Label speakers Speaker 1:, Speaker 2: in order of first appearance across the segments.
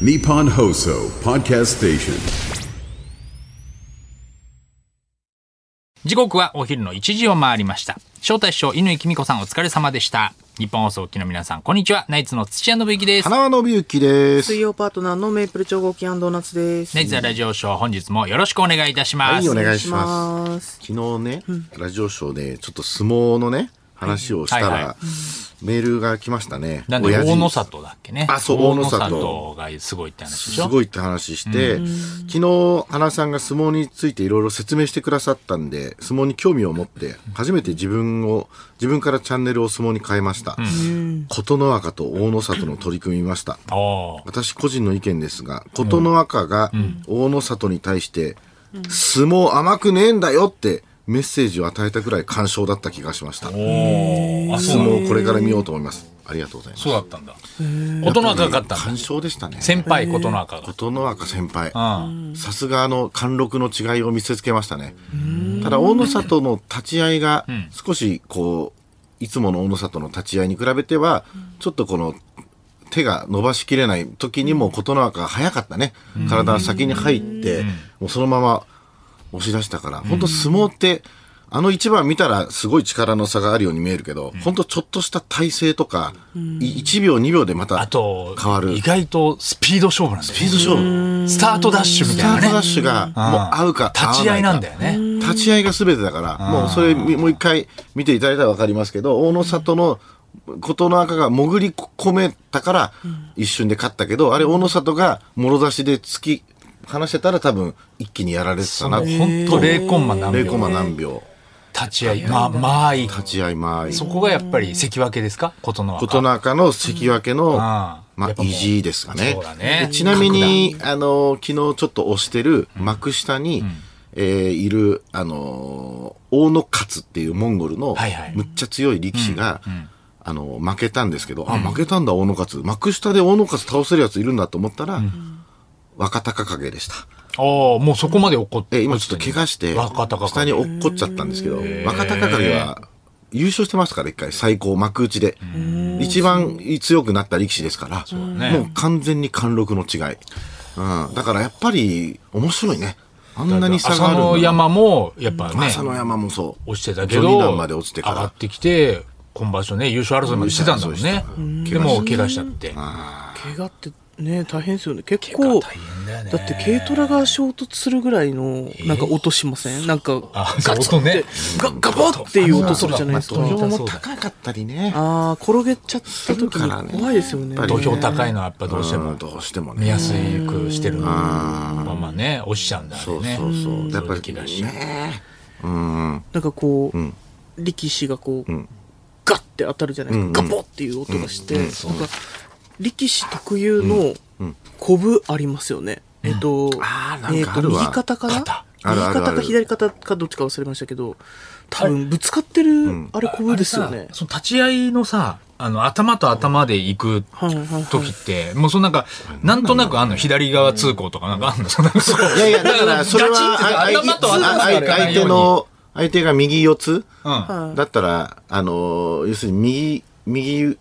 Speaker 1: Nippon Hoso Podcast Station.
Speaker 2: 時刻はお昼の1時を回りました。招待師匠、犬井君子さんお疲れ様でした。日本放送機の皆さん、こんにちは。ナイツの土屋信之です。
Speaker 3: 花輪信之です。
Speaker 4: 水曜パートナーのメイプル超合金ドーナツです。
Speaker 2: ナイツザラジオショー、本日もよろしくお願いいたします。
Speaker 3: はい、お願い
Speaker 4: し
Speaker 3: しま
Speaker 4: ます。
Speaker 3: す。昨日ね、ラジオショーでちょっと相撲のね、話をしたら、
Speaker 2: はいは
Speaker 3: メールが来ましたね。
Speaker 2: なんで、
Speaker 3: 親父
Speaker 2: 大野里だっけね。
Speaker 3: あそう大野里
Speaker 2: がすごいって話でし
Speaker 3: す
Speaker 2: ょ。
Speaker 3: ごいって話して、昨日、花さんが相撲についていろいろ説明してくださったんで、相撲に興味を持って、初めて自分を、自分からチャンネルを相撲に変えました。琴ノ若と大野里の取り組みました。
Speaker 2: おー
Speaker 3: 私個人の意見ですが琴ノ若が大野里に対して、相撲甘くねえんだよってメッセージを与えたくらい感傷だった気がしました
Speaker 2: おーあ、そう
Speaker 3: 相
Speaker 2: なんだ。
Speaker 3: 撲をこれから見ようと思いますありがとうございます
Speaker 2: そうだったんだ。大人がかかったんだ。
Speaker 3: 感傷でしたね
Speaker 2: 先輩、琴ノ若
Speaker 3: 琴ノ若先輩
Speaker 2: が。うん。
Speaker 3: さすがあの貫禄の違いを見せつけましたねただ大野里の立ち合いが少しこういつもの大野里の立ち合いに比べてはちょっとこの手が伸ばしきれない時にも琴ノ若が早かったね体が先に入ってもうそのまま押し出したから本当相撲ってあの一番見たらすごい力の差があるように見えるけど本当ちょっとした体勢とか1秒2秒でまた
Speaker 2: あと、
Speaker 3: 変わる
Speaker 2: 意外とスピード勝負なんだよね。
Speaker 3: スピード勝負
Speaker 2: スタートダッシュみ
Speaker 3: ス
Speaker 2: た
Speaker 3: タ
Speaker 2: いなね。
Speaker 3: ートダッシュがもう合うか
Speaker 2: 立ち合いなんだ
Speaker 3: よ
Speaker 2: よね。
Speaker 3: 立ち合いが全てだから、もうそれみもう一回見ていただいたら分かりますけど、大野里の琴ノ若が潜り込めたから一瞬で勝ったけど、あれ大野里がもろ差しで突き離してたら多分一気にやられてたな。
Speaker 2: 本当0コンマ何
Speaker 3: 0コ
Speaker 2: 秒
Speaker 3: マ何秒。
Speaker 2: 立ち合いまあまあいい
Speaker 3: 立ち合い間合い。
Speaker 2: そこがやっぱり関脇ですか琴ノ若
Speaker 3: 琴ノ若の関脇の、ま
Speaker 2: や
Speaker 3: あ
Speaker 2: っぱ、もう
Speaker 3: 意地ですかね。
Speaker 2: そうだね
Speaker 3: でちなみに、あの、昨日ちょっと押してる幕下に、えーいる、あの、大野勝っていうモンゴルの
Speaker 2: はいはい、
Speaker 3: むっちゃ強い力士が、あの、負けたんですけど、あ、負けたんだ、大野勝。幕下で大野勝倒せるやついるんだと思ったら、若隆景でした。
Speaker 2: ああもうそこまで怒って
Speaker 3: え、今ちょっと怪我して、
Speaker 2: 若隆景
Speaker 3: 下に落っこっちゃったんですけど、若隆景は優勝してますから、一回、最高、幕内で。一番強くなった力士ですから、
Speaker 2: ね
Speaker 3: もう完全に貫禄の違い。うん、だからやっぱり、面白いね。あんなに差があ
Speaker 2: 朝
Speaker 3: るんだ
Speaker 2: の山もやっぱね
Speaker 3: 朝の山もそう。
Speaker 2: 落ちてたけ
Speaker 3: 序二
Speaker 2: ど
Speaker 3: 段
Speaker 2: 上
Speaker 3: まで落ちてから
Speaker 2: がってきて今場所ね優勝争いまでしてたんだもんねでも怪我しちゃって
Speaker 4: 怪我ってね、大変ですよね。結構、だ
Speaker 2: 大変だよね
Speaker 4: って軽トラが衝突するぐらいの、なんか音しませんなんか、
Speaker 2: あそう音ね
Speaker 4: ガガボっていう音するじゃないですか。
Speaker 2: あ
Speaker 3: 土
Speaker 2: そうだ
Speaker 3: 俵も高かったりね。
Speaker 4: ああ、転げちゃった時に怖いですよね。
Speaker 3: やっぱり
Speaker 2: 土
Speaker 3: ね
Speaker 2: 俵高いのはやっぱどうして
Speaker 3: う
Speaker 2: も
Speaker 3: んどうしても
Speaker 2: 見
Speaker 3: ね。
Speaker 2: やすくしてるまあまあね落ちちゃうんだあれ
Speaker 3: そう
Speaker 2: ね
Speaker 3: そうそう。やっぱ
Speaker 2: それで
Speaker 3: り
Speaker 2: 怪我しちゃう
Speaker 3: ね。うん。
Speaker 4: なんかこう、力士がこう、ガッて当たるじゃないですか。ガボっていう音がして、なんか、力士特有の、コブありますよね。えっと、
Speaker 3: あーなん
Speaker 4: えっ
Speaker 3: かあ
Speaker 4: と、
Speaker 3: るわ
Speaker 4: 右肩かな
Speaker 2: 肩
Speaker 3: あるあるあ
Speaker 4: 右
Speaker 3: る
Speaker 4: 肩か左肩かどっちか忘れましたけど、多分ぶつかってる、あれコブですよ
Speaker 2: あれ
Speaker 4: ね
Speaker 2: さ。その立ち合いのさ、あの、頭と頭で行く
Speaker 4: はいはいはい
Speaker 2: 時って、もうそのなんか、なんとなくあんの、左側通行とかなんかあんの、そ んなそう
Speaker 3: いやいや、だから、それは、
Speaker 2: ガ
Speaker 3: あ
Speaker 2: チンって
Speaker 3: 相
Speaker 2: 頭と頭
Speaker 3: あ
Speaker 2: で行かな
Speaker 3: 相
Speaker 2: いよう
Speaker 3: 手
Speaker 2: に。
Speaker 3: の、相手が右四つ
Speaker 2: うん。
Speaker 4: はい
Speaker 3: だったら、あの、要するに右、右、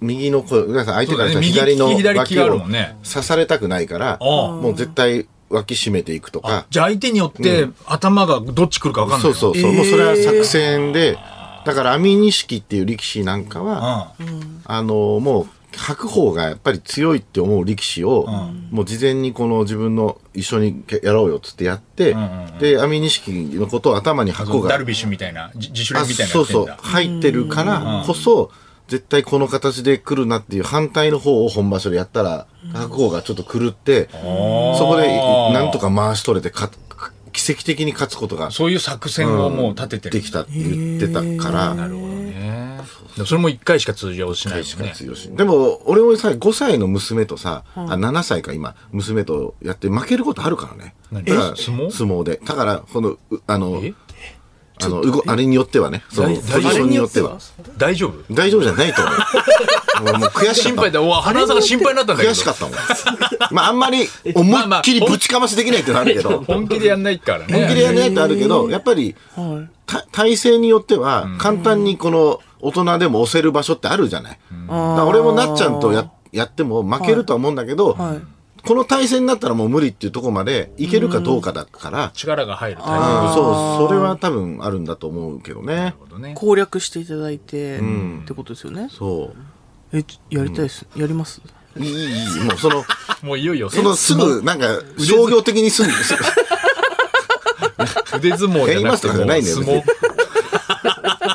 Speaker 3: 右の声、ごめんなさい相手からし
Speaker 2: そうだ
Speaker 3: たら
Speaker 2: ね
Speaker 3: 左の
Speaker 2: 右利き左利き
Speaker 3: 脇
Speaker 2: がある
Speaker 3: を
Speaker 2: もんね
Speaker 3: 刺されたくないから、
Speaker 2: ああ
Speaker 3: もう絶対脇締めていくとか、
Speaker 2: じゃあ相手によって、頭がどっち来るかわかんない
Speaker 3: そ
Speaker 2: の。
Speaker 3: うそうそう、もうそれは作戦で、だから、網錦っていう力士なんかは、
Speaker 2: う
Speaker 3: あのもう白鵬がやっぱり強いって思う力士を、もう事前にこの自分の一緒にやろうよっつってやって、で網錦のことを頭に白鵬
Speaker 2: ん。ダ
Speaker 3: が
Speaker 2: ルビッシュみたいな、じ自主
Speaker 3: あ
Speaker 2: 練みたいなのやっ
Speaker 3: そう
Speaker 2: て
Speaker 3: そ
Speaker 2: ん
Speaker 3: う
Speaker 2: だ。
Speaker 3: 入ってるからこそ絶対この形で来るなっていう反対の方を本場所でやったら白鵬がちょっと狂ってそこでなんとか回し取れてか奇跡的に勝つことが
Speaker 2: そういう作戦をもう立ててる。
Speaker 3: できたって言ってたから。
Speaker 2: なるほどね。でもそれも一回しか通常しない
Speaker 3: し
Speaker 2: し
Speaker 3: か
Speaker 2: ね。
Speaker 3: 強し。でも、俺もさ、5歳の娘とさ、あ、7歳か今、娘とやって負けることあるからね。
Speaker 2: 何
Speaker 3: だから
Speaker 2: え相撲
Speaker 3: 相撲で。だから、この、うあの
Speaker 2: え、
Speaker 3: あの、うごあれによってはね、その、ポジシ
Speaker 2: 大
Speaker 3: ョンによっては。
Speaker 2: 大丈夫
Speaker 3: 大丈夫じゃないと思う。も うもう悔しか
Speaker 2: 心
Speaker 3: った
Speaker 2: 配。だ。お花さんが心配になったんだけど。
Speaker 3: 悔しかったもん。まあ、あんまり、思いっきりぶちかましできないってのあるけど。
Speaker 2: 本気でやんないからね。
Speaker 3: 本気でやらないってあるけど、やっぱり、た体勢によっては、簡単にこの大人でも押せる場所ってあるじゃない。だから俺もなっちゃんとややっても負けるとは思うんだけど、この対戦になったらもう無理っていうところまでいけるかどうかだから、
Speaker 2: 力が入るタイプなる
Speaker 3: うん、そう、それは多分あるんだと思うけどね。
Speaker 2: ほどね。
Speaker 4: 攻略していただいて、ってことですよね。
Speaker 3: そ
Speaker 4: え、ちやりたいです。やります
Speaker 3: う。いい、いい、いい。もうその、
Speaker 2: もういよいよ、
Speaker 3: そのすぐ、なんか、商業的にすぐ、
Speaker 2: 腕相撲じゃなくて
Speaker 3: やりますとかじゃないんだよ
Speaker 2: もう相撲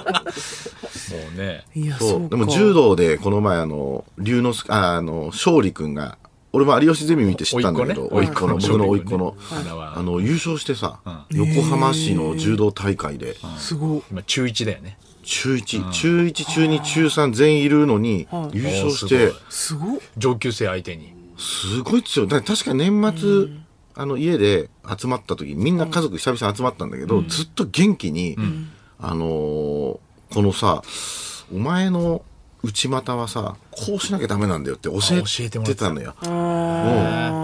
Speaker 2: もうね。
Speaker 4: いや、そ
Speaker 3: そうう。で
Speaker 4: か。
Speaker 3: も柔道で、この前、あの、龍之介、ああの、勝利くんが、俺も有吉ゼミ見て知ったんだけど、
Speaker 2: 甥っ
Speaker 3: 甥っ
Speaker 2: 子
Speaker 3: 子
Speaker 2: ね
Speaker 3: の、僕の甥
Speaker 2: 甥っ
Speaker 3: っ
Speaker 2: 子
Speaker 3: 子
Speaker 2: ね
Speaker 3: の、
Speaker 2: はい
Speaker 3: あの、優勝してさ、横浜市の柔道大会で、
Speaker 4: すごい。
Speaker 2: 今、中1だよね。
Speaker 3: 中1、中1、中2、中3全員いるのに、優勝し
Speaker 2: おー
Speaker 3: て
Speaker 2: す、
Speaker 4: すごい。
Speaker 2: 上級生相手に。
Speaker 3: すごい強い。だから確か年末、あの、家で集まった時、みんな家族久々集まったんだけど、ずっと元気に、あのーこのさ、お前の内股はさ、こうしなきゃダメなんだよって教
Speaker 2: あ教え
Speaker 3: え
Speaker 2: てもらってた
Speaker 3: たのよ。うん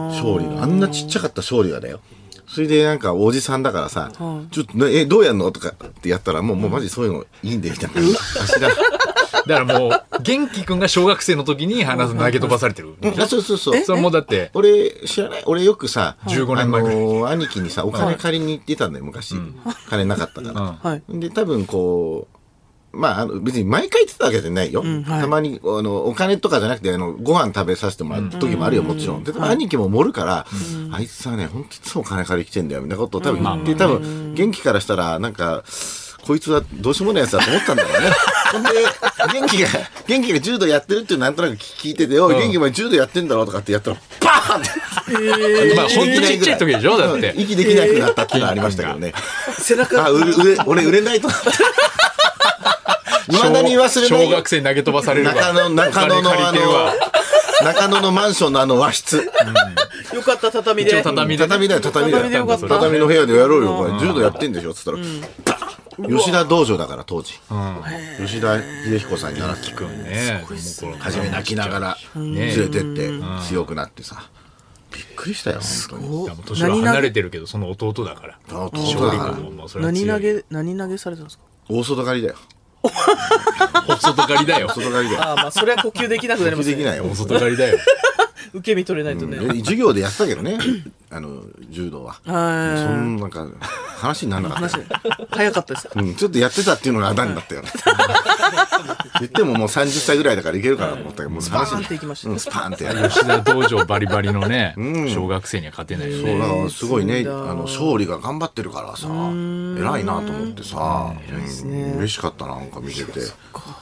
Speaker 3: 勝利があんなちっちゃかった勝利がだよそれでなんかおじさんだからさ「ちょっとねえどうやんの?」とかってやったらもうもうマジそういうのいいんだよみたいな柱
Speaker 2: だからもう、元気くんが小学生の時に話す投げ飛ばされてる。
Speaker 3: あそうそうそう
Speaker 2: それもうだって、
Speaker 3: 俺知らない俺よくさ
Speaker 2: 15年前ぐらい
Speaker 3: あのー兄貴にさお金借りに行ってたんだよ昔、金なかったから、
Speaker 4: はい。
Speaker 3: で多分こうまああの別に毎回言ってたわけじゃないよ、
Speaker 4: はい
Speaker 3: たまにあのお金とかじゃなくてあのご飯食べさせてもらった時もあるよ、もちろんで多分兄貴も盛るから、あいつはね本当いつもお金借りきてんだよみたいなことを多分言って、多分元気からしたらなんかこいつはどうしようもないやつだと思ったんだろうね。ほんで、元気が、元気が柔道やってるっていうのなんとなく聞いてて、おい、元気お前柔道やってんだろうとかってやったら、バーンって
Speaker 2: まあ、ほんとちっちゃい時でしょだって。
Speaker 3: 息できなくなったっていうのはありましたけどね。
Speaker 4: 背中、
Speaker 3: あ、売れ、売れ、俺売れないとなった。未だに忘れない。
Speaker 2: 小学生に投げ飛ばされるわ。
Speaker 3: 中野、中野
Speaker 2: お
Speaker 3: の
Speaker 2: 金
Speaker 3: あ
Speaker 2: 借りてるわ
Speaker 3: の、中野のマンションのあの和室。
Speaker 4: よかった、畳で。
Speaker 2: 一応畳でね
Speaker 3: 畳だよ、畳だ
Speaker 4: 畳でよ
Speaker 3: よ
Speaker 4: かった。
Speaker 3: 畳の部屋でやろうよ、これ。柔道やってんでしょつったら、吉田道場だから、当時。吉田秀彦さんに習って
Speaker 2: くんね。この頃
Speaker 3: 初め泣きながら連
Speaker 2: ね
Speaker 3: れてって、強くなってさ。びっくりしたよ、本当に。
Speaker 4: お
Speaker 2: いやもう年は
Speaker 4: 何
Speaker 2: 離
Speaker 4: 投げ
Speaker 2: れてるけど、その弟だから。
Speaker 3: あ弟
Speaker 2: 勝
Speaker 3: だ
Speaker 2: 利
Speaker 3: から
Speaker 2: 君ももうそれは強
Speaker 4: 何
Speaker 2: い。
Speaker 4: 投げ、何投げされたんですか
Speaker 3: 大外刈りだよ。
Speaker 2: 細とがり だよ。
Speaker 3: 外刈りだよ。
Speaker 4: ああ、まあ、それは呼吸できなくなり
Speaker 3: できないよ。
Speaker 2: 細とがりだよ。
Speaker 4: 受け身取れないとね。
Speaker 3: え授業でやってたけどね あの柔道はそ
Speaker 4: は
Speaker 3: んなんか話にならなかったよ、
Speaker 4: い。早かったです。
Speaker 3: うん、ちょっとやってたっていうのがあだになったよね言ってももう30歳ぐらいだからいけるかなと思ったけどもう
Speaker 4: バ
Speaker 3: 話
Speaker 4: ーン
Speaker 3: に
Speaker 4: っていきました
Speaker 3: う
Speaker 4: ね
Speaker 3: ん。スパーンってやる
Speaker 2: 吉田道場バリバリの ね、小学生には勝てないよ
Speaker 3: そう
Speaker 2: ね。
Speaker 3: だからすごいねあの勝利が頑張ってるからさ偉いなと思ってさ、うん、嬉しかったななんか見てて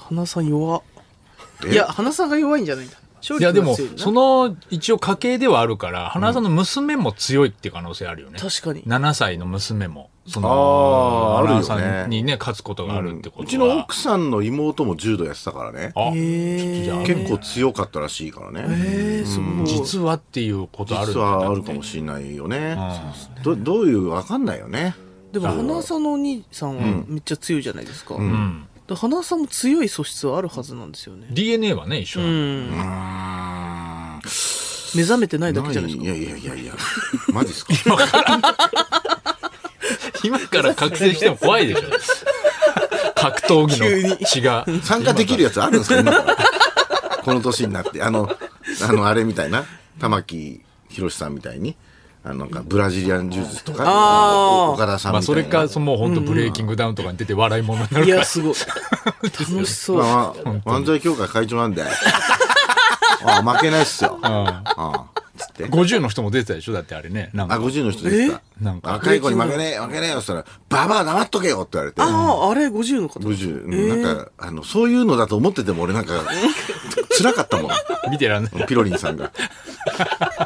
Speaker 4: 花さん弱。
Speaker 3: え
Speaker 4: いや、花さんが弱いんじゃないんだ。
Speaker 2: いやでも、そ
Speaker 4: その
Speaker 2: の、一応家系ではあるから、花さんの娘も強いっていう可能性あるよね。
Speaker 4: 確かに
Speaker 2: 7歳の娘も、そ
Speaker 3: あーあるよ
Speaker 2: 花
Speaker 3: ね
Speaker 2: さんにね、勝つことがあるってことは。
Speaker 3: うちの奥さんの妹も柔道やってたからね
Speaker 2: あ、
Speaker 4: えー
Speaker 3: 結構強かったらしいからね、
Speaker 4: えー、すごい。
Speaker 2: 実はっていうことあるん
Speaker 3: 実
Speaker 2: だ
Speaker 3: はあるかもしれないよね。どどういうわかんないよね。
Speaker 4: でも花さんのお兄さんはめっちゃ強いじゃないですか。で花さんも強い素質はあるはずなんですよね。
Speaker 2: DNA はね、一緒な
Speaker 4: うん
Speaker 2: だ。
Speaker 4: ん。
Speaker 3: な
Speaker 4: 目覚めてない
Speaker 3: い
Speaker 4: だけじゃないです
Speaker 3: い
Speaker 4: か。
Speaker 3: やいやいやいや。マジですか。
Speaker 2: 今から覚醒しても怖いでしょ。 格闘技の血が。
Speaker 3: 参加できるやつあるんですか今 から。この年になってあのあのあれみたいな玉木宏さんみたいに。あのなんかブラジリアン柔術とか
Speaker 4: あー
Speaker 3: 岡田さん
Speaker 2: まあ、
Speaker 3: み
Speaker 2: そ
Speaker 3: たいな
Speaker 2: れ、か、そのもう本当ブレイキングダウンとかに出て笑い物になる
Speaker 4: い
Speaker 2: か
Speaker 4: や、
Speaker 2: ら。
Speaker 4: すごい。楽しそう。
Speaker 3: まあ、漫才協会会長なんであ負けないっすよ、ああつって
Speaker 2: 50の人も出てたでしょだってあれね。なん
Speaker 3: あ、
Speaker 2: か。
Speaker 3: 50の人でした。
Speaker 2: えなんか
Speaker 3: 若い子に負けねえ、負けねえよ。そしたら、ババア黙っとけよって言われて。
Speaker 4: ああ、あれ50の方。
Speaker 3: 50、うんなんか、あの、そういうのだと思ってても俺なんか、辛かったもん。
Speaker 2: 見てらんない。
Speaker 3: ピロリンさんが。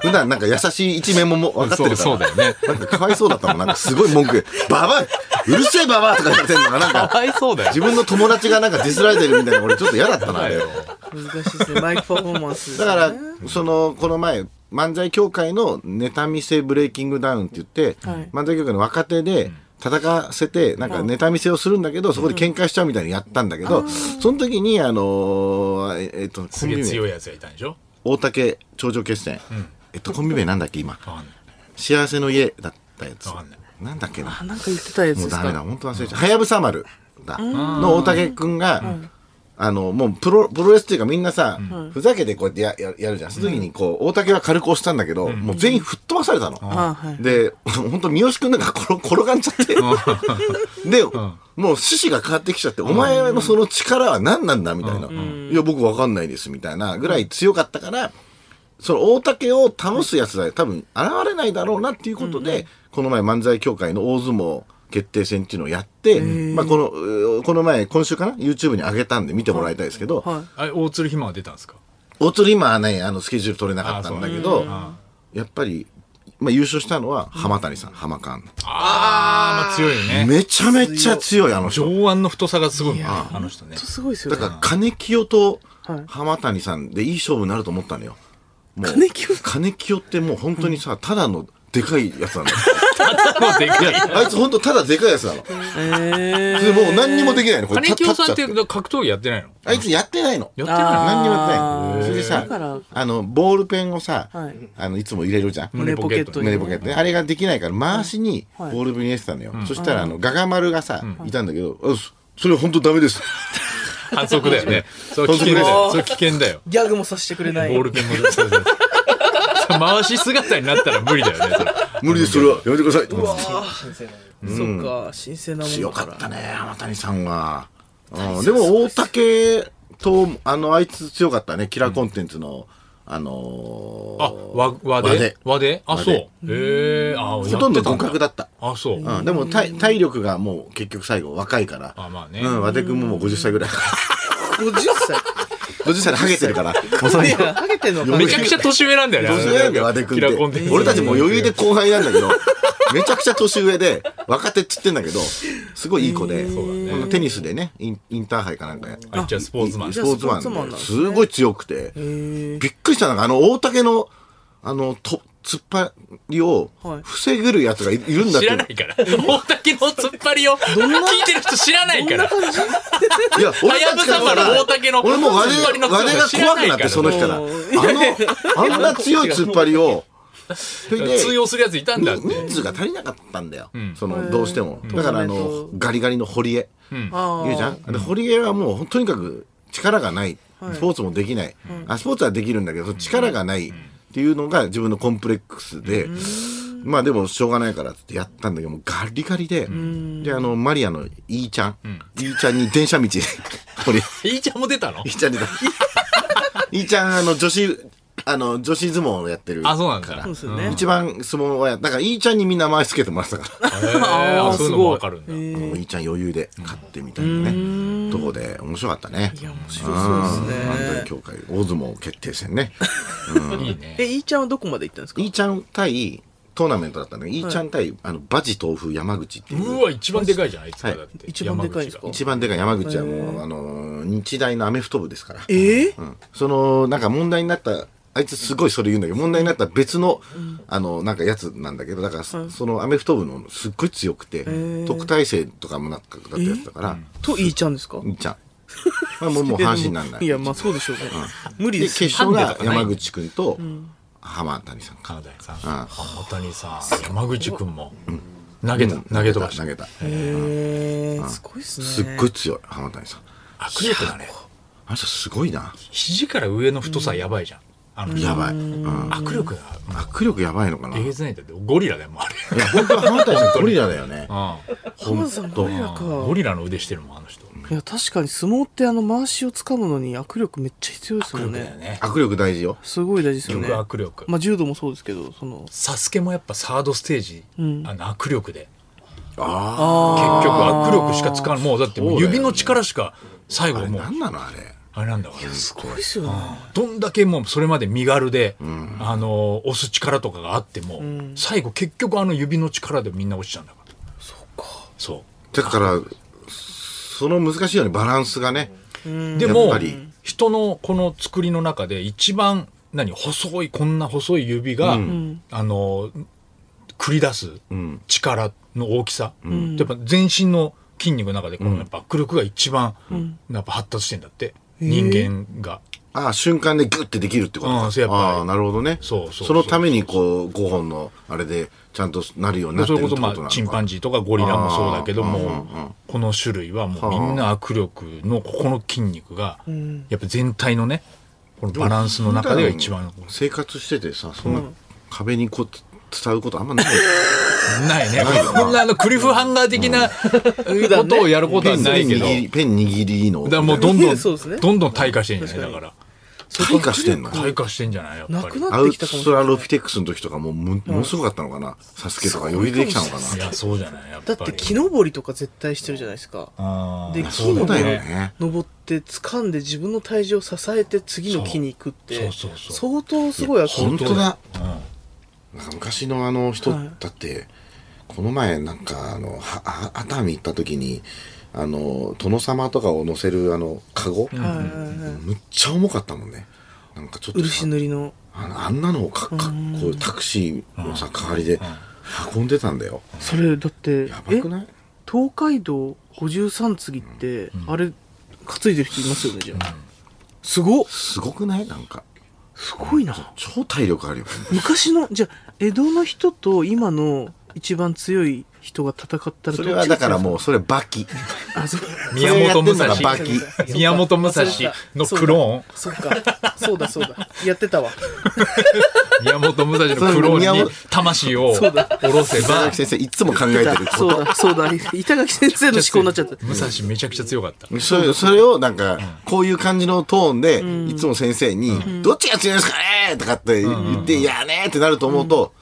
Speaker 3: 普段なんか優しい一面もも分かってるから。
Speaker 2: そうそうだよね
Speaker 3: なんかかわいそうだったもん。なんかすごい文句。ババア、うるせえババアとか言ってんのがなん
Speaker 2: か
Speaker 3: か、
Speaker 2: わいそうだよ
Speaker 3: 自。分の友達がなんかディスられてるみたいな俺ちょっと嫌だったな、あれ。
Speaker 4: 難しいですね。マイクパフォーマンスです
Speaker 3: だ
Speaker 4: ね。
Speaker 3: から、その、この前、漫才協会のネタ見せブレイキングダウンって言って、
Speaker 4: はい
Speaker 3: 漫才協会の若手で戦わせて、なんかネタ見せをするんだけど、そこで喧嘩しちゃうみたいにやったんだけど、その時に、あのーええっと、コ
Speaker 2: す
Speaker 3: ンビ
Speaker 2: げえ強
Speaker 3: 名、
Speaker 2: いやつがいたんでしょ
Speaker 3: 大竹頂上決戦。えっと、コンビ名なんだっけ、今。
Speaker 2: わかんない。
Speaker 3: 幸せの家だったやつ
Speaker 2: わかんない。
Speaker 3: なんだっけな。
Speaker 4: なんか言ってたやつ
Speaker 3: もう
Speaker 4: です
Speaker 3: ダメだ、
Speaker 4: か。
Speaker 3: 本当忘れちゃう。はやぶさ丸だ。の大竹くんが、あの、もうプロ、プロレスっていうかみんなさ、ふざけてこうやってやややるじゃん。その時にこう、大竹は軽く押したんだけど、もう全員吹っ飛ばされたの。
Speaker 4: あはい
Speaker 3: で、本当三好くんなんか転 転がんちゃって。で、もう趣旨が変わってきちゃって、お前のその力は何なんだみたいな。いや、僕わかんないですみたいなぐらい強かったから、その大竹を倒すやつは多分現れないだろうなっていうことで、この前漫才協会の大相撲決定戦っていうのをやって、まあこの、うーこの前、今週かな ?YouTube に上げたんで見てもらいたいですけど、
Speaker 4: は
Speaker 2: あれ大鶴ひまは出たんですか
Speaker 3: 大鶴今はね、あの、スケジュール取れなかったんだけど、やっぱり、まあ優勝したのは浜谷さん、浜勘。
Speaker 2: ああ、まあ強いよね。
Speaker 3: めちゃめちゃ強い、あの人。
Speaker 2: 上腕の太さがすごいもんね、あの人ね
Speaker 4: い。と。すごいですよ
Speaker 3: だ
Speaker 4: ね
Speaker 3: から金清と
Speaker 4: はい
Speaker 3: 浜谷さんでいい勝負になると思ったのよ。もう
Speaker 4: 金清
Speaker 3: 金清ってもう本当にさ、ただのでかいやつなの。
Speaker 2: 頭でかい。
Speaker 3: あいつ本当ただでかいやつなの。
Speaker 4: え
Speaker 3: でもう何にもできないの。これ
Speaker 2: 金清さんって
Speaker 3: 立っちゃ
Speaker 2: 格闘技やってないの
Speaker 3: あいつやってないの。
Speaker 2: やって
Speaker 4: あ
Speaker 2: な
Speaker 3: 何にもやってないの。
Speaker 4: へー
Speaker 3: それで
Speaker 4: だから
Speaker 3: さ、あの、ボールペンをさ
Speaker 4: はい、
Speaker 3: あの、いつも入れるじゃん。
Speaker 2: い
Speaker 4: 胸ポケットに
Speaker 3: 胸ポケットね。あれができないから、回しにボールペン入れてたのよ。そしたら、あの、ガガ丸がさ、いたんだけど、あそそれ本当ダメです。
Speaker 2: 反則だよね。それ危険だよ。それ危険だよ。
Speaker 4: ギャグもさせてくれな
Speaker 2: ボ
Speaker 4: い
Speaker 2: ールペンもそうそうそう 回し姿になったら無理だよね。それ
Speaker 3: 無理です、それは。やめてください。
Speaker 4: そっか神聖なも
Speaker 3: 強
Speaker 4: の
Speaker 3: か
Speaker 4: か
Speaker 3: った
Speaker 4: ら
Speaker 3: ね浜谷さんは、うん、でも大竹とあのあいつ強かったねキラーコンテンツの、あのー
Speaker 2: あ、和、和
Speaker 3: 和
Speaker 2: で
Speaker 3: で
Speaker 2: 和であ、
Speaker 3: 和
Speaker 2: そう
Speaker 3: で。
Speaker 2: へえ。あ、ほ
Speaker 3: ほとんど互角だった、
Speaker 2: あ、そう。
Speaker 3: うん、でも体体力がもう結局最後若いから
Speaker 2: あまあね
Speaker 3: うん、和手君ももう50歳ぐらい
Speaker 4: 50
Speaker 3: 50歳でハゲてるからもうそ
Speaker 4: 歳
Speaker 3: れ
Speaker 4: いやハゲてんのかな
Speaker 2: めちゃくちゃ年上なんだよね。
Speaker 3: 年上なんだよ和手君
Speaker 2: キラコン
Speaker 3: っ
Speaker 2: テン
Speaker 3: て
Speaker 2: ツ
Speaker 3: 俺たちもう余裕で後輩なんだけどめちゃくちゃ年上で若手っつってんだけどすごいいい子で、このテニスでねインインターハイかなんかやって
Speaker 2: あじゃあスポーツマン
Speaker 3: ス。ポーツマ
Speaker 4: じゃあスポーツマン
Speaker 3: ン
Speaker 4: なん
Speaker 3: で
Speaker 4: です
Speaker 3: す
Speaker 4: ね
Speaker 3: ごい強くて、びっくりしたのがあの大竹のあのと突っ張りを
Speaker 4: はい
Speaker 3: 防ぐるやつがいいるんだ
Speaker 2: 知
Speaker 3: って、
Speaker 2: らないから。大竹の突っ張りを聞いてる人知らないから。
Speaker 3: い、や
Speaker 2: はやぶさ
Speaker 3: は
Speaker 2: 丸大竹の
Speaker 3: 俺もう和
Speaker 2: 突っ張り
Speaker 3: で
Speaker 2: の
Speaker 3: が
Speaker 2: 強さ知ら
Speaker 3: 怖
Speaker 2: ない
Speaker 3: くなっ
Speaker 2: から
Speaker 3: てその日からあ
Speaker 4: もう
Speaker 3: のあんな強い突っ張 りをそれで
Speaker 2: 通用するやついたんだって。
Speaker 3: 人数が足りなかったんだよ、
Speaker 2: ん
Speaker 3: そのどうしてもだからあのガリガリの堀江、
Speaker 4: あー
Speaker 3: 言うじゃん。で、堀江はもう、とにかく力がない。スポーツもできない。あスポーツはできるんだけど、その力がないっていうのが自分のコンプレックスで、まあでもしょうがないからっつってやったんだけど、もうガリガリで、で、あの、マリアのイーちゃん、イーちゃんに電車道、 堀江、
Speaker 2: いいちゃんも出たの
Speaker 3: イーちゃんに、 イーちゃん、あの、女子、あの、女子相撲をやってる。
Speaker 2: あ、そうなんだ。
Speaker 4: そうですよね
Speaker 3: 一番相撲をや、だから、イーちゃんにみんな回しつけてもらってたから。
Speaker 2: へーあそういうのもわかるんだ。
Speaker 3: もういいちゃん余裕で勝ってみたいなねとこで面白かったね
Speaker 4: いや面白そうですね
Speaker 3: ん漫才協会大相撲決定戦ね
Speaker 2: いいね。
Speaker 4: えいーちゃんはどこまで行ったんですか
Speaker 3: いいちゃん対トーナメントだったんだけどいいちゃん対あのバジ豆腐山口っていう
Speaker 2: うわ、一番でかいじゃん、あいつが
Speaker 3: はい
Speaker 2: だって。
Speaker 4: 一番でかいんですか
Speaker 2: 山口
Speaker 3: 一番でかい山口はもうあの日大のアメフト部ですから
Speaker 4: ええ
Speaker 3: うんそのなんか問題になったあいつすごいそれ言うんだけど問題になった別の、あのなんかやつなんだけどだからそ,、のアメフト部のすっごい強くて特待生とかもなんかだったやつだから、
Speaker 4: といーちゃんですか
Speaker 3: いいちゃん、まあ、もうもう阪神になんない
Speaker 4: いやまあそうでしょうね無理
Speaker 3: で
Speaker 4: です
Speaker 3: 決
Speaker 4: よ
Speaker 3: 勝が山口君と浜谷さんか、
Speaker 2: 金田さん、浜谷さん、山口くんも、投げた、投げ飛ばし
Speaker 3: 投
Speaker 2: た。
Speaker 3: げた
Speaker 4: へーすごいっすね
Speaker 3: すっごい強い浜谷さん
Speaker 2: 握力だね。
Speaker 3: あの人すごいな
Speaker 2: 肘から上の太さやばいじゃん。あの人、
Speaker 3: やばい、うん
Speaker 2: 握力が、
Speaker 3: 握力やばいのかない
Speaker 2: えげ
Speaker 3: や
Speaker 2: つないんだって、ゴリラだよ、もうあれ。
Speaker 3: 本当は浜谷さんゴリラだよね
Speaker 4: 浜田さんゴリラか
Speaker 2: うんゴリラの腕してるもん、あの人。
Speaker 4: いや確かに相撲ってあの回しを掴むのに握力めっちゃ必要ですもん
Speaker 2: だよ
Speaker 4: ね
Speaker 2: ね。
Speaker 3: 握力大事よ
Speaker 4: すごい大事ですよね
Speaker 2: 握力
Speaker 4: まあ柔道もそうですけどその
Speaker 2: サスケもやっぱサードステージ、あの握力で。
Speaker 3: あ
Speaker 2: 結局握力しか使わない。もうだってもう指の力しか、最後
Speaker 3: あ
Speaker 2: もう、
Speaker 3: 何なのあれ
Speaker 2: あれなんだわ。
Speaker 4: すごいですよね
Speaker 2: どんだけもうそれまで身軽で、あの押す力とかがあっても、最後結局あの指の力でみんな落ちちゃうんだからそうか
Speaker 3: だからその難しいよねバランスがね
Speaker 2: そうで
Speaker 3: やっ
Speaker 2: も
Speaker 3: ぱり
Speaker 2: 人のこの作りの中で一番何細いこんな細い指が、あの繰り出す力の大きさ、やっぱ全身の筋肉の中でこのやっぱ握力が一番やっぱ発達してんだって、人間が
Speaker 3: ああ、瞬間でギュッてできるってことか。
Speaker 2: うんそうやっぱり
Speaker 3: ああ、なるほどね。
Speaker 2: そうそうそう
Speaker 3: のために、こう、5本の、あれで、ちゃんとなるようになって
Speaker 2: そ
Speaker 3: る
Speaker 2: れ
Speaker 3: っ
Speaker 2: こ
Speaker 3: てこと
Speaker 2: そ
Speaker 3: な
Speaker 2: ま
Speaker 3: のか
Speaker 2: あチンパンジーとかゴリラもそうだけどもこの種類はもうみんな握力のここの筋肉がやっぱ全体のねこのバランスの中でが一番
Speaker 3: 生活しててさ、そんな壁にこう、つ伝うことあ んまない。
Speaker 2: ないねこんなあのクリフハンガー的なことをやることはないけど
Speaker 3: ペン握り、ペン握りの。
Speaker 2: だからもうどんどん
Speaker 4: そうですね
Speaker 2: どんどん退化してんじゃないだから
Speaker 3: 退化してんの
Speaker 2: 退化してんじゃないやっ
Speaker 4: な
Speaker 2: ぱ
Speaker 4: く
Speaker 2: り
Speaker 4: な
Speaker 3: ア
Speaker 4: って
Speaker 3: ウ
Speaker 4: きたかもし
Speaker 3: ト
Speaker 4: れ
Speaker 3: ラ
Speaker 4: ない
Speaker 3: ロフィテックスの時とかも、もものすごかったのかな。サスケとかよりできたのか
Speaker 2: い
Speaker 3: な。
Speaker 2: やそうじゃないやっぱ
Speaker 4: だ
Speaker 2: り
Speaker 4: って木登りとか絶対してるじゃないですか
Speaker 2: あ
Speaker 4: で
Speaker 2: ー
Speaker 4: 木
Speaker 3: そ
Speaker 4: の
Speaker 3: うだよ
Speaker 4: ね
Speaker 3: ね。
Speaker 4: 登って掴んで自分の体重を支えて次の木に行くって
Speaker 2: そうそうそう
Speaker 4: 相当すごい
Speaker 3: 本
Speaker 4: 圧
Speaker 3: 当だ。
Speaker 2: うん
Speaker 3: なんか昔のあの人、
Speaker 4: はい
Speaker 3: だってこの前なんかあのはあ熱海行った時にあの殿様とかを乗せるあのカゴ、むっちゃ重かったもんねなんかちょっとさ
Speaker 4: 漆塗りの
Speaker 3: あのあんなのをかかこうタクシーのさ代わりで運んでたんだよ、
Speaker 4: それだって
Speaker 3: やば
Speaker 4: え
Speaker 3: くない
Speaker 4: 東海道五十三次ってあれ担いでる人いますよねじゃあすごっ
Speaker 3: すごくないなんか
Speaker 4: すごいな
Speaker 3: 超体力あるよ ね
Speaker 4: 昔のじゃあ江戸の人と今の一番強い人が戦ったら
Speaker 3: それはだからも
Speaker 4: う
Speaker 3: うそれバキ
Speaker 4: あそう
Speaker 2: 宮本武蔵
Speaker 3: それやってんのがバ
Speaker 2: 宮本武蔵のクロ
Speaker 4: ーンそっかそうだそうだやってたわ
Speaker 2: ーン宮本武蔵のクローンに魂を下ろせ
Speaker 3: 佐々
Speaker 2: ば
Speaker 3: 木先生いつも考えてるこ
Speaker 4: そうだそうだ板垣先生の思考になっちゃった
Speaker 2: 武蔵めちゃくちゃ強かった。
Speaker 3: とそれそれをなんかこういう感じのトーンでいつも先生に「どっちが強いですかね?」とかって言って「いやね」ってなると思うと「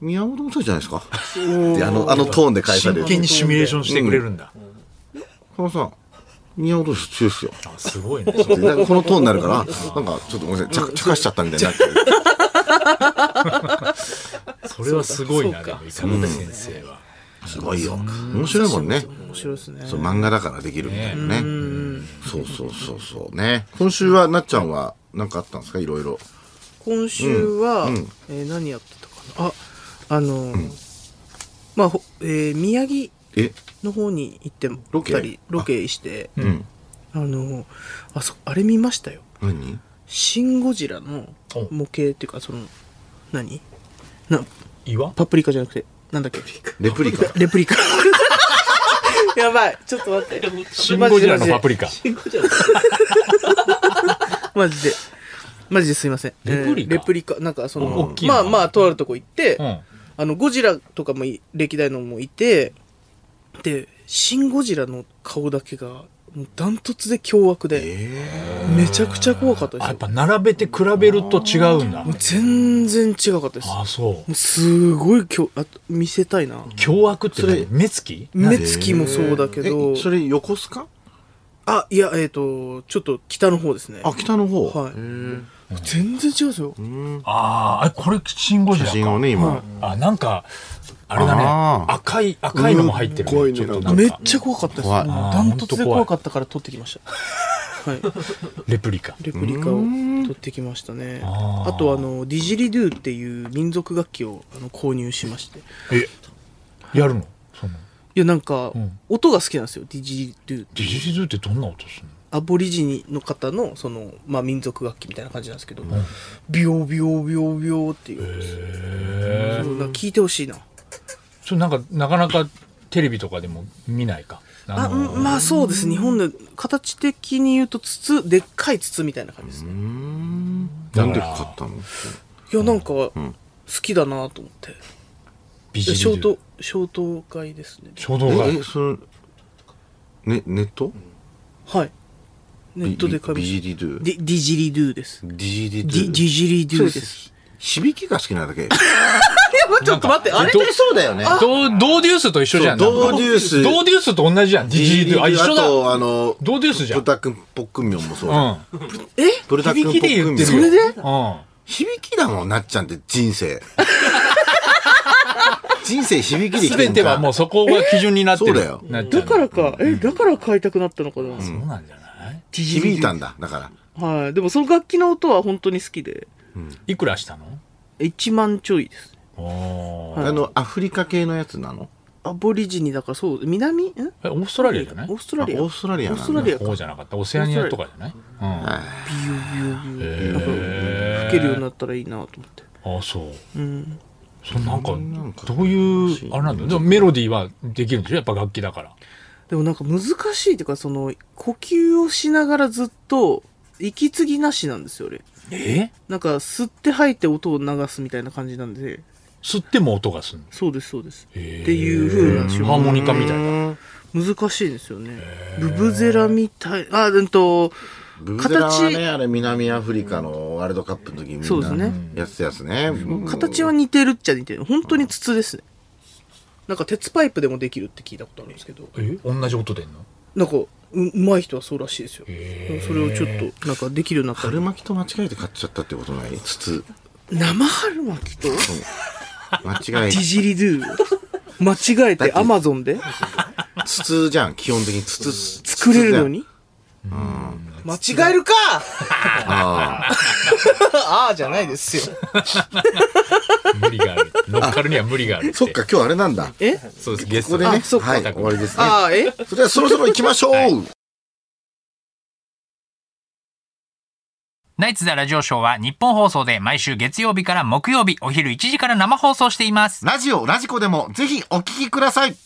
Speaker 3: 宮本武蔵じゃないですか?」ってあのあのトーンで返され
Speaker 2: 真
Speaker 3: る
Speaker 2: 剣にシミュレーションしてくれるんだ。
Speaker 3: 「このさ宮本武蔵強いっすよ」
Speaker 2: あすごいね。
Speaker 3: でなんかこのトーンになるからなんかちょっとごめんなさいちゃかちゃかしちゃったみたいになってる
Speaker 2: それはすごいな、
Speaker 4: そう
Speaker 2: で
Speaker 4: か
Speaker 2: も、板垣先生は。
Speaker 3: すごいよ面白いもんね
Speaker 4: 面白いですね
Speaker 3: そう漫画だからできるみたいなねそうそうそうそうね今週はなっちゃんは何かあったんですかいろいろ
Speaker 4: 今週は、えー何やってたかなああのーまあ、ほえー宮城
Speaker 3: え
Speaker 4: の方に行って
Speaker 3: ロケ
Speaker 4: たりロケしてあ,、
Speaker 3: ん
Speaker 4: のーあそあれ見ましたよ
Speaker 3: 何
Speaker 4: 「シン・ゴジラ」の
Speaker 2: お
Speaker 4: 模型っていうかその何な
Speaker 2: 岩
Speaker 4: パプリカじゃなくてなんだっけ
Speaker 3: レプリカ
Speaker 4: レプリカ やばいちょっと待って
Speaker 2: シンゴジラのパプリカ。
Speaker 4: シンゴジラマジでマジですいません
Speaker 2: レプリカ
Speaker 4: えーレプリカなんかそ
Speaker 2: お
Speaker 4: の
Speaker 2: 大きいの
Speaker 4: まあまあとあるとこ行って、
Speaker 2: うん。
Speaker 4: あのゴジラとかもい歴代のもいてでシン・ゴジラの顔だけがもうダントツで凶悪で、めちゃくちゃ怖かったで
Speaker 2: あ
Speaker 4: す
Speaker 2: やっ
Speaker 4: よ
Speaker 2: ぱ並べて比べると違うんだ
Speaker 4: もう。全然違かったですも
Speaker 2: あそう
Speaker 4: う。すごい凶あと見せたいな
Speaker 2: 凶悪って
Speaker 3: それ
Speaker 2: 何目つき
Speaker 4: 目つきもそうだけど
Speaker 3: えそれ横須賀
Speaker 4: あいやえっ、とちょっと北の方ですね
Speaker 3: あ北の方
Speaker 4: は
Speaker 3: へ
Speaker 4: い
Speaker 3: ー
Speaker 4: 全然違うんですよ
Speaker 2: ああ、あこれシンゴジ
Speaker 3: 写
Speaker 2: ラ
Speaker 3: 真を
Speaker 2: か。
Speaker 3: ね今、
Speaker 4: はい
Speaker 2: あ、なんか、あれだ
Speaker 3: あ
Speaker 2: ね。
Speaker 3: ー
Speaker 2: 赤い、赤いのも入ってる
Speaker 3: すっごい
Speaker 2: ね。
Speaker 3: ね
Speaker 2: ちょっとな
Speaker 4: め
Speaker 2: ん
Speaker 4: っ
Speaker 2: か、
Speaker 4: ちゃ怖かったです
Speaker 3: 怖い
Speaker 4: もう
Speaker 2: あー
Speaker 4: ダントツ
Speaker 2: ほんと怖
Speaker 4: で
Speaker 2: い
Speaker 4: 怖かったから撮ってきまし たはい
Speaker 2: レプリカ。
Speaker 4: レプリカを取ってきましたね
Speaker 2: あ
Speaker 4: あ
Speaker 2: ー
Speaker 4: とあのディジリドゥっていう民族楽器をあの購入しましてい
Speaker 2: え、やるのその。
Speaker 4: やなんか
Speaker 2: ん
Speaker 4: 音が好きなんですよディジリドゥ
Speaker 2: デジリズってどんな音するの
Speaker 4: アボリジニの方のその、まあ、民族楽器みたいな感じなんですけど、ビヨビヨビヨビヨっていう、そうだから聞いてほしいな
Speaker 2: それなんかなかなかテレビとかでも見ないか
Speaker 4: あ
Speaker 2: あの
Speaker 4: うんまあそうです日本で形的に言うと筒でっかい筒みたいな感じですね
Speaker 2: だ
Speaker 3: な
Speaker 2: から
Speaker 3: んで買ったの
Speaker 4: いやなんか好きだなと思って
Speaker 2: ビジ
Speaker 4: で
Speaker 2: リズ
Speaker 4: ショート衝動買いですね
Speaker 2: 衝動
Speaker 3: え
Speaker 2: 買
Speaker 3: え
Speaker 2: い
Speaker 3: そのねネット
Speaker 4: はいネットで買いま
Speaker 3: ビ
Speaker 4: し
Speaker 3: ジ
Speaker 4: た
Speaker 3: リドゥ
Speaker 4: ディディジリドゥです
Speaker 3: ディジリ
Speaker 4: デ
Speaker 3: ドゥ
Speaker 4: ィディジリドゥです
Speaker 3: す響きが好きなだ け
Speaker 4: ちょっと待ってあれ
Speaker 2: ど
Speaker 3: そうだよね
Speaker 2: ドードーデュースと一緒じゃん
Speaker 3: そう
Speaker 2: なんか
Speaker 3: ドーデュース
Speaker 2: ドーデュースと同じじゃんディジリドゥあ一緒
Speaker 3: あ
Speaker 2: だ
Speaker 3: とあの
Speaker 2: ドーデュースじゃん
Speaker 3: ブタ君ポックンミョンもそうじゃん
Speaker 2: うん
Speaker 4: え
Speaker 3: ブルタ君ポ
Speaker 2: 響
Speaker 3: ッ
Speaker 2: きで
Speaker 3: ク
Speaker 2: 言
Speaker 3: ン
Speaker 2: っ
Speaker 3: ミ
Speaker 2: て
Speaker 3: ョン
Speaker 2: る
Speaker 4: それで
Speaker 2: うん
Speaker 3: 響きだもんなっちゃんって人生 人生響きで生き
Speaker 2: 全
Speaker 3: ん
Speaker 2: て
Speaker 3: じゃ
Speaker 2: は
Speaker 3: ん
Speaker 2: もうそこが基準になってる
Speaker 3: そうだよ
Speaker 2: なっちゃ
Speaker 4: だ
Speaker 2: う
Speaker 4: からかえだから買いたくなったのかな
Speaker 2: そうなんじゃない
Speaker 3: 響いたんだだから
Speaker 4: はいでもその楽器の音は本当に好きで
Speaker 2: いくらしたの
Speaker 4: 1万ちょいです
Speaker 2: おー
Speaker 3: あのアフリカ系のやつなの
Speaker 4: アボリジニだからそう南ん
Speaker 2: えオーストラリアじゃない
Speaker 4: オーストラリア
Speaker 3: あオーストラリアなんだ
Speaker 4: オーストラリアか
Speaker 2: こうじゃなかったオセアニアとかじゃないうんあ
Speaker 4: ビュービュービューなんか吹けるようになったらいいなと思って
Speaker 2: そうそうなんかどういうあれなんだでもメロディーはできるんでしょやっぱ楽器だから
Speaker 4: でもなんか難しいっていうかその呼吸をしながらずっと息継ぎなしなんですよ俺
Speaker 2: え
Speaker 4: なんか吸って吐いて音を流すみたいな感じなんで
Speaker 2: 吸っても音がする
Speaker 4: そうですそうですって
Speaker 2: へー
Speaker 4: いう風な手法
Speaker 2: ハーモニカみたいな
Speaker 4: 難しいんですよねブブゼラみたいあうんと
Speaker 3: ブブゼラはね、あれ南アフリカのワールドカップの時み
Speaker 4: そうんです
Speaker 3: な
Speaker 4: ね
Speaker 3: やってたやつね。
Speaker 4: 形は似てるっちゃ似てる本当に筒ですねなんか鉄パイプでもできるって聞いたことあるんですけど
Speaker 2: え同じ音出んの
Speaker 4: なんかううまい人はそうらしいですよそれをちょっとなんかできるようになったら
Speaker 3: 春巻きと間違えて買っちゃったってことない筒。
Speaker 4: 生春巻きと
Speaker 3: 間違
Speaker 4: ティ
Speaker 3: え、
Speaker 4: ジリドゥ間違え
Speaker 3: だってて
Speaker 4: アマゾンで
Speaker 3: 筒じゃん。基本的に筒。
Speaker 4: 作れるの
Speaker 3: 筒
Speaker 4: に間違えるか
Speaker 3: じゃん。ああ。
Speaker 4: ああじゃないですよ
Speaker 2: 無理がある乗っかるには無理があるて
Speaker 3: そっか、今日あれなんだ。
Speaker 4: え
Speaker 2: そうですゲス
Speaker 3: こ
Speaker 2: ト
Speaker 3: こで
Speaker 2: で
Speaker 3: ね、
Speaker 4: あそっか
Speaker 3: はい、終わりですね。
Speaker 4: ああえ
Speaker 3: それではそろそろ行きましょう、
Speaker 5: ナイツザラジオショーは日本放送で毎週月曜日から木曜日お昼1時から生放送しています。
Speaker 3: ラジオ、ラジコでもぜひお聞きください